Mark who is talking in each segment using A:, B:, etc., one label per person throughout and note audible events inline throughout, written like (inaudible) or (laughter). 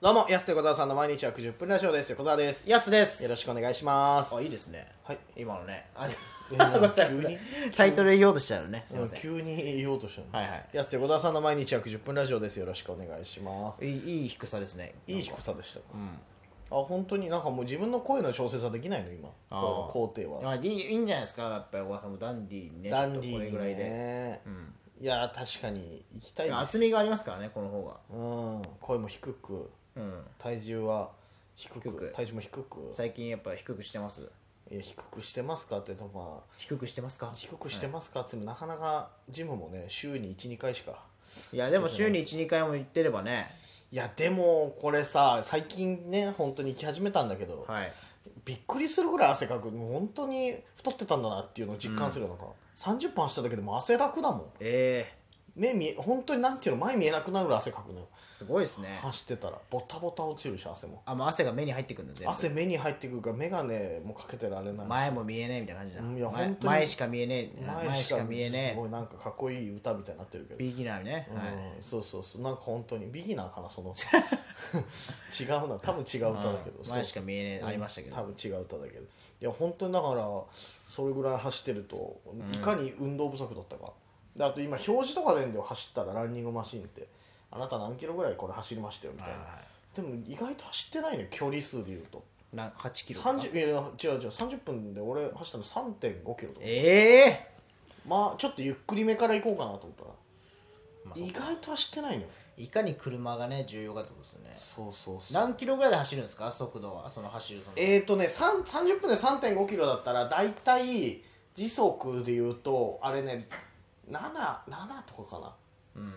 A: どうも、安手小沢さんの毎日約10分ラジオです。横澤です。
B: やすです
A: よろしくお願いします
B: あ。いいですね
A: はい。
B: 今のねあ
A: え
B: (laughs) ご
A: なんか
B: めんな
A: 急に
B: さいごめんなさいタイトル言おうとしたのねすいません
A: 急に言おうとしたの。
B: はいはい
A: 安手小沢さんの毎日約10分ラジオです。よろしくお願いします。
B: いいいい低さですね
A: いい低さでしたか。
B: うん
A: あ、本当になんかもう自分の声の調整さできないの今。
B: あー
A: この工程は。
B: あいいいいんじゃないですかやっぱり小川さんもダンディーにね
A: ダンデ
B: ち
A: ィ
B: ょっとこれ
A: ー
B: ぐらい
A: に
B: で
A: ね
B: う。ん
A: いやー、確かに行きたいです。
B: 厚みがありますからねこの方が
A: うん。声も低く、
B: うん
A: 体重は低
B: 低
A: く
B: く、
A: 体重も低く。
B: 最近やっぱ低くしてます
A: いや低くしてますかって言うとまあ。
B: 低くしてますか
A: 低くしてますかって言ってもなかなかジムもね週に12回しか
B: いやでも週に12回も言ってればね
A: いやでもこれさ最近ね本当に行き始めたんだけど、
B: はい
A: びっくりするぐらい汗かくもう本当に太ってたんだなっていうのを実感するよ、なんか30分走っただけでもう汗だくだもん
B: え
A: 目見え本当になんていうの前見えなくなるぐらい汗かくのよ
B: ー、すごいですね
A: 走ってたらボタボタ落ちるし汗も
B: あもう汗が目に入ってくるんだ全部
A: 汗目に入ってくるから眼鏡もかけてられないし
B: 前も見えねえみたいな感じだ
A: うんいや
B: 前
A: 本当に
B: 前しか見えねえ前しか見えね
A: すごいなんかかっこいい歌みたいになってるけど
B: えビギナーね、
A: うん
B: はい
A: そうそうそうなんか本当にビギナーかなそ
B: (laughs)
A: の違うな多分違う歌だけど、
B: うん
A: そう
B: 前しか見えねえありましたけ
A: 多
B: ど
A: 分違う歌だけどいや本当にだからそれぐらい走ってるといかに運動不足だったか、であと今表示とかでんだよ走ったらランニングマシンってあなた何キロぐらいこれ走りましたよみたいな、
B: は
A: でも意外と走ってないのよ距離数でいうと
B: な8キロとか
A: 30いやいや違う違う30分で俺走ったの3.5キロとか
B: ええ
A: まあちょっとゆっくりめから行こうかなと思ったら、
B: まあ
A: 意外と走ってないのよ
B: いかに車がね重要かってことですよね
A: そうそうそう
B: 何キロぐらいで走るんですか速度はその走るその
A: えーとね、さん30分で3 5キロだったら大体時速で言うとあれね77とかかな
B: うん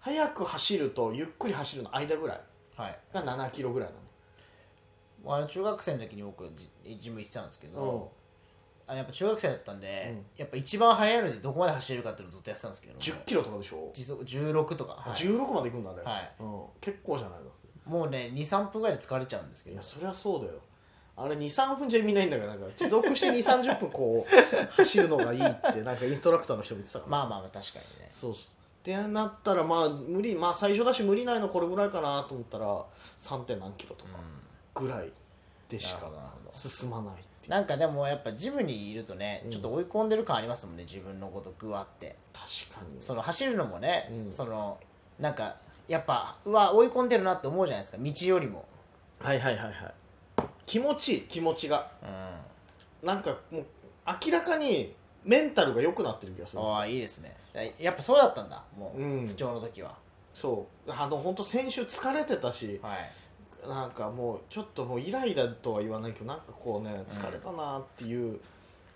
A: 速く走るとゆっくり走るの間ぐらい
B: はい
A: が7キロぐらい
B: あの中学生の時に僕ジジム行ってたんですけ
A: なの
B: ど、、あのやっぱ中学生だったんで、
A: うん
B: やっぱ一番速いのでどこまで走れるかっていうのをずっとやってたんですけど
A: うん、10キロとかでしょ、
B: 時速16とか、はい
A: 16まで行くんだね、
B: はい
A: うん、結構じゃないの
B: もうね23分ぐらいで疲れちゃうんですけ
A: い
B: ど
A: やそりゃそうだよあれ23分じゃ意味ないんだからなんか持続して2 3 0分こう走るのがいいってなんかインストラクターの人も言ってたから
B: まあまあまあ確かにね
A: そうそうってなったらまあ無理まあ最初だし無理ないのこれぐらいかなと思ったら 3. 点何キロとかぐらいでし
B: なる
A: か
B: ほどなるほど
A: 進まないっていう
B: なんかでもやっぱジムにいるとね、ちょっと追い込んでる感ありますもんね自分のことぐわって
A: 確かに
B: その走るのもね、
A: うん
B: そのなんかやっぱうわ追い込んでるなって思うじゃないですか道よりも
A: はいはいはいはい気持ちいい気持ちが
B: うんあ
A: なんかもう明らかにメンタルが良くなってる気がする
B: あいいですねやっぱそうだったんだもう、
A: うん
B: 不調の時は
A: そうあの本当先週疲れてたし
B: はい
A: なんかもうちょっともうイライラとは言わないけどなんかこうね疲れたなっていう、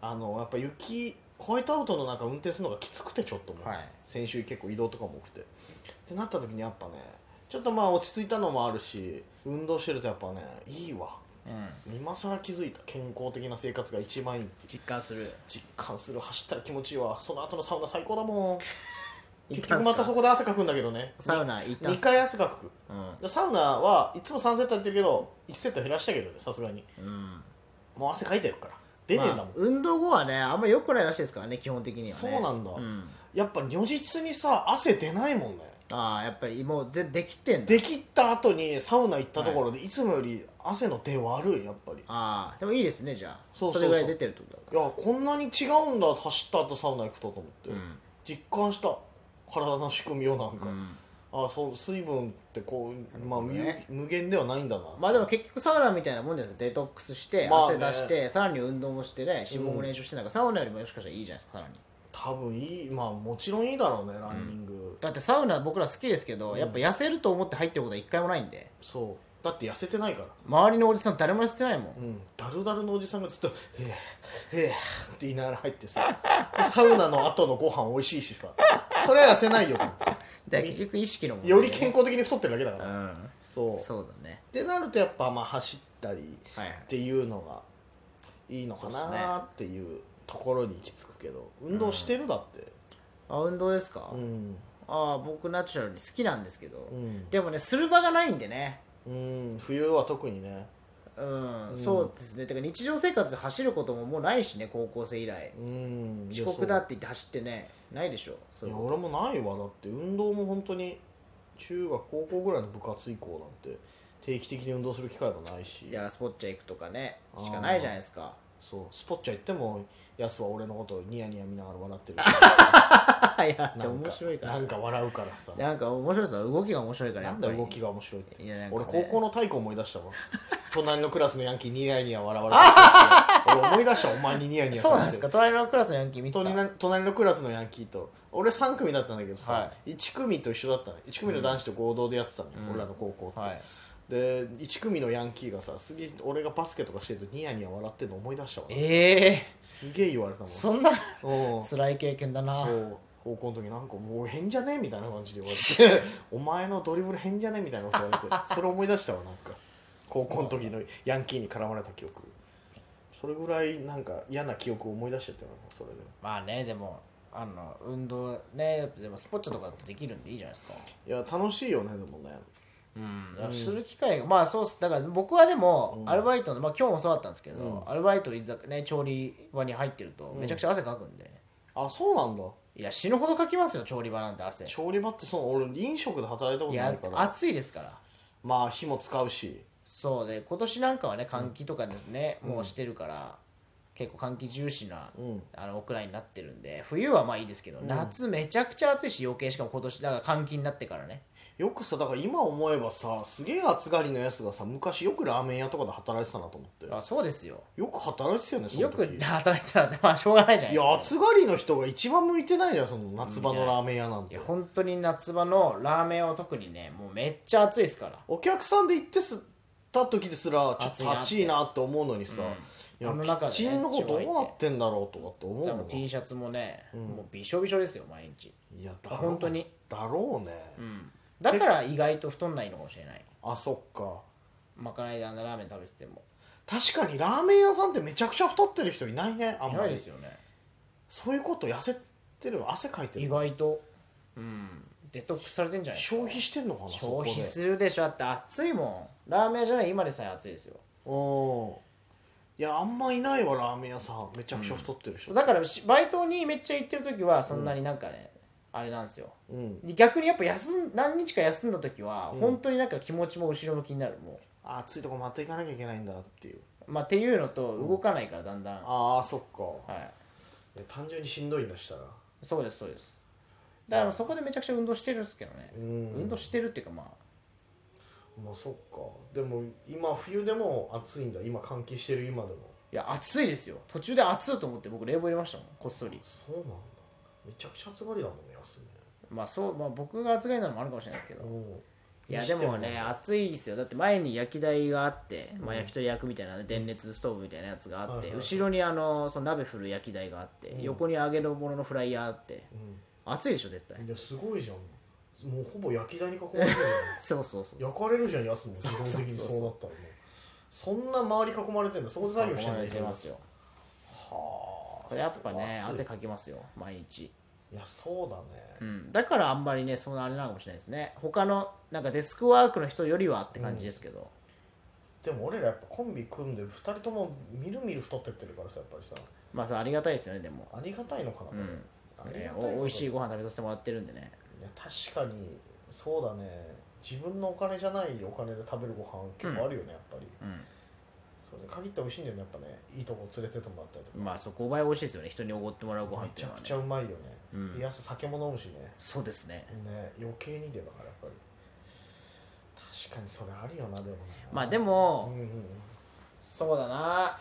A: あのやっぱ雪ホワイトアウトの中運転するのがきつくてちょっともう、
B: はい
A: 先週結構移動とかも多くてってなった時にやっぱねちょっとまあ落ち着いたのもあるし運動してるとやっぱねいいわ
B: うん
A: 今更気づいた健康的な生活が一番いいっていう
B: 実感する
A: 実感する走ったら気持ちいいわその後のサウナ最高だもん
B: 行っ
A: 結局
B: たんすか
A: またそこで汗かくんだけどね
B: サウナ行ったん
A: 2
B: すか
A: 回汗かく
B: うん
A: でサウナはいつも3セットやってるけど1セット減らしたけどねさすがに
B: うん
A: もう汗かいてるから出てんだもん、
B: まあ運動後はねあんま良くないらしいですからね基本的にはね
A: そうなんだ
B: うん、
A: やっぱ如実にさ汗出ないもんね
B: ああやっぱりもうでできてんだ
A: できった後にサウナ行ったところで、い、つもより汗の出悪いやっぱり
B: ああでもいいですねじゃあ
A: そうそうそう
B: れぐらい出てるってことだ
A: い
B: か
A: やこんなに違うんだ走った後サウナ行くとと思って、
B: ら
A: 実感した体の仕組みをなんか、
B: うん
A: あそう水分ってこう、まあ、
B: なるほどね
A: 無無限ではないんだな
B: まあでも結局サウナみたいなもんじゃなくてデトックスして
A: まあ
B: 汗
A: ね
B: 出して、さらに運動もしてね脂肪も燃焼してなんか、サウナよりももしかしたらいいじゃないですかさらに
A: 多分いいまあもちろんいいだろうねランニング、
B: だってサウナ僕ら好きですけど、やっぱ痩せると思って入ってることは一回もないんで
A: そうだって痩せてないから
B: 周りのおじさん誰も痩せてないもん、
A: うん、ダルダルのおじさんがずっと「へえへえ」って言いながら入ってさ
B: (laughs)
A: サウナの後のご飯美味しいしさそれは痩せないよ
B: で結局意識のもん
A: より健康的に太ってるだけだか
B: う
A: ら
B: ん
A: そうっ
B: そうだね
A: てなるとやっぱまあ走ったり
B: はいはい
A: っていうのがいいのか
B: そうっす
A: な
B: ね
A: っていうところに行き着くけど運動してるだって
B: あ運動ですか、
A: うん
B: ああ僕ナチュラルに好きなんですけど、
A: うん、
B: でもねする場がないんでね
A: うん、冬は特にね
B: うん、そうですねてか日常生活で走ることももうないしね高校生以来
A: うん
B: 遅刻だって言って走ってねないでしょそ
A: いう
B: いう
A: や
B: こ
A: 俺もないわだって運動も本当に中学高校ぐらいの部活以降なんて定期的に運動する機会もないし
B: いやスポッチャ行くとかねしかないじゃないですか (laughs)
A: そうスポッチャ行ってもやすは俺のことをニヤニヤ見ながら笑
B: (laughs)
A: ってるし
B: いや
A: なんか
B: 面白いから
A: なんか笑うからさ
B: なんか面白いです動きが面白いから
A: な
B: やっ
A: ん
B: ぱ
A: だ
B: り
A: 動きが面白いって
B: いやなんかね
A: 俺高校の体育思い出
B: (laughs)
A: したわ隣のクラスのヤンキーニヤニヤ笑われ
B: (laughs)
A: てるって俺思い出したお前にニヤニヤされ
B: そう
A: て
B: なんですか隣のクラスのヤンキー見て
A: 隣
B: た
A: の隣のクラスのヤンキーと俺3組だったんだけどさ、
B: は
A: 1組と一緒だったね1組の男子と合同でやってたのよ、
B: うん
A: 俺らの高校って、
B: はい
A: で1組のヤンキーがさすげえ俺がバスケとかしてるとニヤニヤ笑ってるの思い出したわ
B: ええ
A: すげえ言われたもん
B: そんな
A: うん
B: 辛い経験だな
A: そう高校の時なんかもう変じゃねみたいな感じで言われてお前のドリブル変じゃねみたいなこと言われてそれ思い出したわなんか高校の時のヤンキーに絡まれた記憶それぐらいなんか嫌な記憶を思い出してたよそれで
B: (laughs) まあねでもあの運動ねでもスポッチャとかだとできるんでいいじゃないですか
A: いや楽しいよねでもね
B: うんだからする機会がまあそうっすだから僕はでも
A: うん
B: アルバイトの、まあ今日もそうだったんですけど、
A: う
B: アルバイト居酒ね調理場に入ってるとめちゃくちゃ汗かくんで、
A: あそうなんだ
B: いや死ぬほどかきますよ調理場なんて汗
A: 調理場ってその俺飲食で働いたこ
B: い
A: とな
B: や
A: いから
B: 暑いですから
A: まあ火も使うし
B: そうで今年なんかはね換気とかですね、もうしてるから結構換気重視な、
A: うん
B: あの屋内になってるんで冬はまあいいですけど、夏めちゃくちゃ暑いし余計しかも今年だから換気になってからね
A: よくさだから今思えばさすげえ暑がりのやつがさ昔よくラーメン屋とかで働いてたなと思って
B: あそうですよ
A: よく働いてたよねその
B: よ
A: 時
B: く働いてたらまあしょうがないじゃない
A: い
B: ですか
A: や暑がりの人が一番向いてないじゃんその夏場のラーメン屋なん
B: い
A: て
B: や本当に夏場のラーメンは特にねもうめっちゃ暑いですから
A: お客さんで行ってすった時ですらちょっ
B: 暑いな
A: と
B: って
A: 暑いなって思うのにさ、
B: うん
A: い
B: あ
A: や
B: の
A: キ
B: 中で
A: ッ
B: ね
A: チンの方どうなってんだろうとかって思う
B: 多
A: も
B: 分
A: ん
B: T シャツもね、もうびしょびしょですよ毎日
A: いやだろう
B: 本当に
A: だろうね、
B: うんだから意外と太んないのかもしれない
A: あそっか
B: まかないであんなラーメン食べてても
A: 確かにラーメン屋さんってめちゃくちゃ太ってる人いないねあん
B: い
A: ま
B: ないで
A: り
B: すよね
A: そういうこと痩せてる汗かいて
B: 意
A: る
B: 外とうんデトックスされてんじゃない
A: 消費してんのかな
B: 消費
A: そ
B: するでしょだって暑いもんラーメン屋じゃない今でさえ暑いですよ
A: こでうんいやあんまいないわラーメン屋さんめちゃくちゃ太ってる人
B: そうだからしバイトにめっちゃ行ってる時はそんなになんかね、あれなんですよ
A: うん
B: で逆にやっぱ休ん何日か休んだ時は、本当になんか気持ちも後ろ向きになるも
A: あ暑いとこまた行かなきゃいけないんだっていう
B: う、まあ、っていうのと動かないからだんだん、は
A: ああそっか
B: い
A: いや単純にしんどいのしたら
B: そうですそうですだからそこでめちゃくちゃ運動してるんですけどね、
A: ん
B: 運動してるっていうかまあ
A: まあそっかでも今冬でも暑いんだ今換気してる今でも
B: いや暑いですよ途中で暑いと思って僕冷房入れましたもんこっそり
A: そうなんだめちゃくちゃ暑がりだもんね安ね
B: まあそう、まあ、僕が暑がりなのもあるかもしれないですけど、
A: お
B: いやでもね暑いですよだって前に焼き台があって、まあ、焼き鳥焼くみたいなね電熱ストーブみたいなやつがあって、
A: はいはいはい
B: 後ろにあのその鍋振る焼き台があって、横に揚げのもののフライヤーあって、暑いでしょ絶対
A: いやすごいじゃんもうほぼ焼き台に囲まれてるよ
B: (laughs) そうそうそう
A: 焼かれるじゃん安も自動的に
B: そう
A: そうなったらもうそんな周り囲まれてんだそこで作業してんだ
B: 囲まれてますよ
A: はあ
B: これやっぱね
A: 暑い
B: 汗かきますよ毎日、
A: いやそうだ
B: う
A: ね
B: ん、だからあんまりねそんなあれなのかもしれないですね他のなんかデスクワークの人よりはって感じですけど、
A: でも俺らやっぱコンビ組んで2人ともみるみる太ってってるからさやっぱりさ
B: まあそれありがたいですよねでも、
A: ありがたいのかな、こ
B: う
A: れ
B: ん
A: あり
B: ね
A: がたいこと
B: お美味しいご飯食べさせてもらってるんでね
A: いや確かにそうだね自分のお金じゃないお金で食べるご飯結構あるよね、やっぱり
B: う
A: それに限って美味しいんだよねやっぱねいいとこ連れてってもらったりとか
B: んまあそこ5倍美味しいですよね人におごってもらうご飯っ
A: め
B: て
A: ち
B: い
A: ゃ
B: うのは
A: く
B: ね
A: ちゃうまいよね、
B: うん
A: いや酒も飲むしね
B: そうですね
A: ね余計にでだからやっぱり確かにそれあるよなでもね
B: まあで
A: うん
B: も
A: うんうん
B: そうだな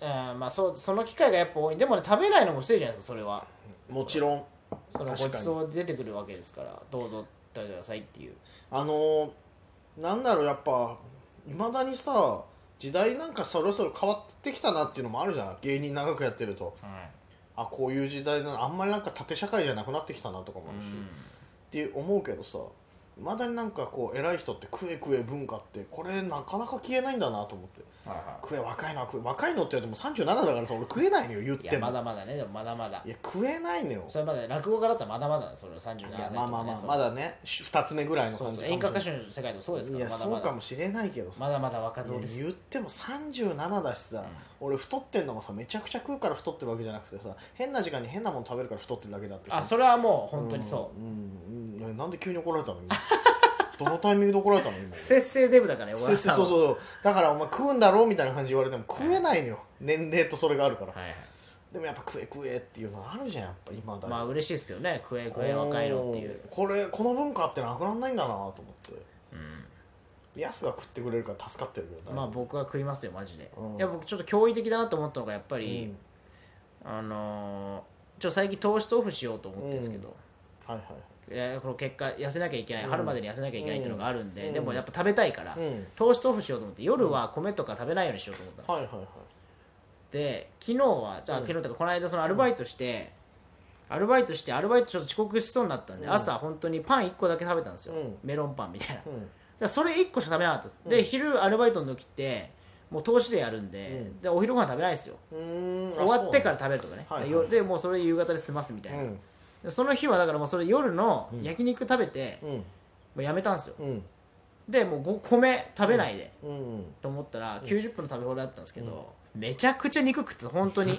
B: うんまあそうその機会がやっぱ多いでもね食べないのも失礼じゃないですかそれは
A: もちろん
B: その
A: 確か
B: ご
A: に
B: ちそう出てくるわけですからどうぞ食べてくださいっていう
A: あのーなんだろうやっぱいまだにさ時代なんかそろそろ変わってきたなっていうのもあるじゃん芸人長くやってるとあこういう時代なのあんまりなんか縦社会じゃなくなってきたなとかもあるし、っていう思うけどさいまだになんかこう偉い人ってクエクエ文化ってこれなかなか消えないんだなと思ってクエ若いなクエ若いのって言われても37だからさ俺食えないのよ言っ
B: いや
A: ても
B: まだまだねでもまだまだ
A: いや食えないのよ
B: それまで落語家だったらまだまだそれは37歳とか、
A: い
B: ね、
A: やまあまあまあ
B: そう
A: まだね2つ目ぐらいの
B: そう
A: 感じ
B: そう
A: か
B: 演
A: もしれ
B: 歌
A: ない
B: 歌手の世界でもそうですか
A: いや
B: らまだ
A: そう
B: ま
A: か
B: だ
A: もしれないけどさ
B: まだまだ若造で
A: いや
B: す
A: 言っても37だしさ、俺太ってんのもさめちゃくちゃ食うから太ってるわけじゃなくてさ変な時間に変なもの食べるから太ってるだけだってさ
B: あそれはもう本当にそう、
A: うんうんいやなんで急に怒られたの今どのタイミングで怒られたの今
B: 不節制デブだからよ
A: そうそうそう
B: う
A: そうだからお前食うんだろみたいな感じで言われても食えないのよ年齢とそれがあるから、
B: はいはい
A: でもやっぱ食え食えっていうのあるじゃんやっぱ今だに
B: まあ嬉しいですけどね食え食え若いのっていう
A: これこの文化ってなくならないんだなと思って
B: うん
A: ヤスが食ってくれるから助かってるけど
B: まあ僕は食いますよマジで
A: うん
B: いや僕ちょっと驚異的だなと思ったのがやっぱ
A: う
B: り
A: ん、
B: あのーちょっと最近糖質オフしようと思ってるんですけど
A: はいはい
B: やこの結果痩せなきゃいけない
A: うん
B: 春までに痩せなきゃいけないっていうのがあるんで
A: うん
B: でもやっぱ食べたいから
A: いはいうん
B: 糖質オフしようと思って夜は米とか食べないようにしようと思ったの
A: はいはいはい
B: で昨日はじゃあ
A: うん
B: 昨日とかこの間そのアルバイトして、アルバイトしてアルバイトちょっと遅刻しそうになったんで、
A: うん
B: 朝本当にパン1個だけ食べたんですよ、
A: うん
B: メロンパンみたいなだか
A: うん
B: らそれ1個しか食べなかったです、
A: う
B: で
A: ん
B: 昼アルバイトの時ってもう投資でやるんで,、
A: うん
B: でお昼ご飯食べないですよ
A: うーん
B: 終わってから食べるとかね、
A: はいはい
B: よでもうそれ夕方で済ますみた
A: ら
B: いな、
A: うん
B: でその日はだからもうそれ夜の
A: うん
B: 焼肉食べて、
A: うん
B: もうやめたんですよ
A: うん
B: でもうご米食べないで、
A: うん
B: と思ったら90分の食べ放題だったんですけど、めちゃくちゃ肉食ってた本 (laughs) 当に
A: びっ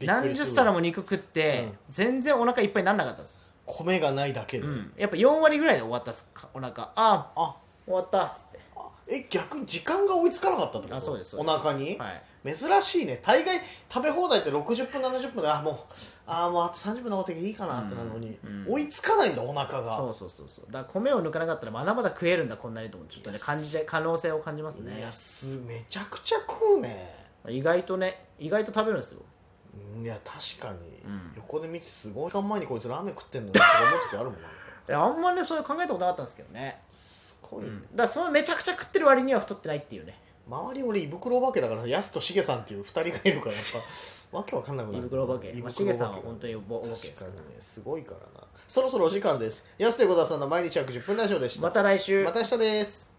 A: く
B: 何
A: りす
B: 十
A: る
B: 皿も肉食って、
A: うん
B: 全然お腹いっぱいにならなかったんです、
A: 米がないだけで、
B: うん、やっぱ4割ぐらいで終わったっすかお腹あ
A: あ
B: 終わったっつって
A: あえ逆に時間が追いつかなかったってこと
B: あそうですそう
A: お
B: です
A: 腹に、
B: はい
A: 珍しいね大概食べ放題って60分70分であもうあもうあと30分のっていいかなってなのに、
B: うん
A: 追いつかないんだお腹が
B: そうそうそうそうだから米を抜かなかったらまだまだ食えるんだこんなにと思ってちょっとね感じて可能性を感じますね
A: いやすめちゃくちゃ食うね
B: 意外とね意外と食べるんですよ
A: うんいや確かに、
B: うん
A: 横で見てすごい時間前にこいつラーメン食ってんのよって思う時あるもんなんか
B: いやあんまねそういう考えたことなかったんですけどね、
A: すご
B: う
A: い、
B: ん、だからそのめちゃくちゃ食ってる割には太ってないっていうね
A: 周り俺胃袋お化けだからやすとしげさんっていう2人がいるから
B: (laughs)
A: やっぱわけわかんなくなる
B: 胃袋お化け
A: 胃
B: まあし
A: 袋お
B: げ
A: 化け
B: さんは本当にお化けですか
A: 確
B: ら
A: かにねすごいからなそろそろお時間ですやすと横澤さんの毎日約10分ラジオでした
B: また来週
A: また明日です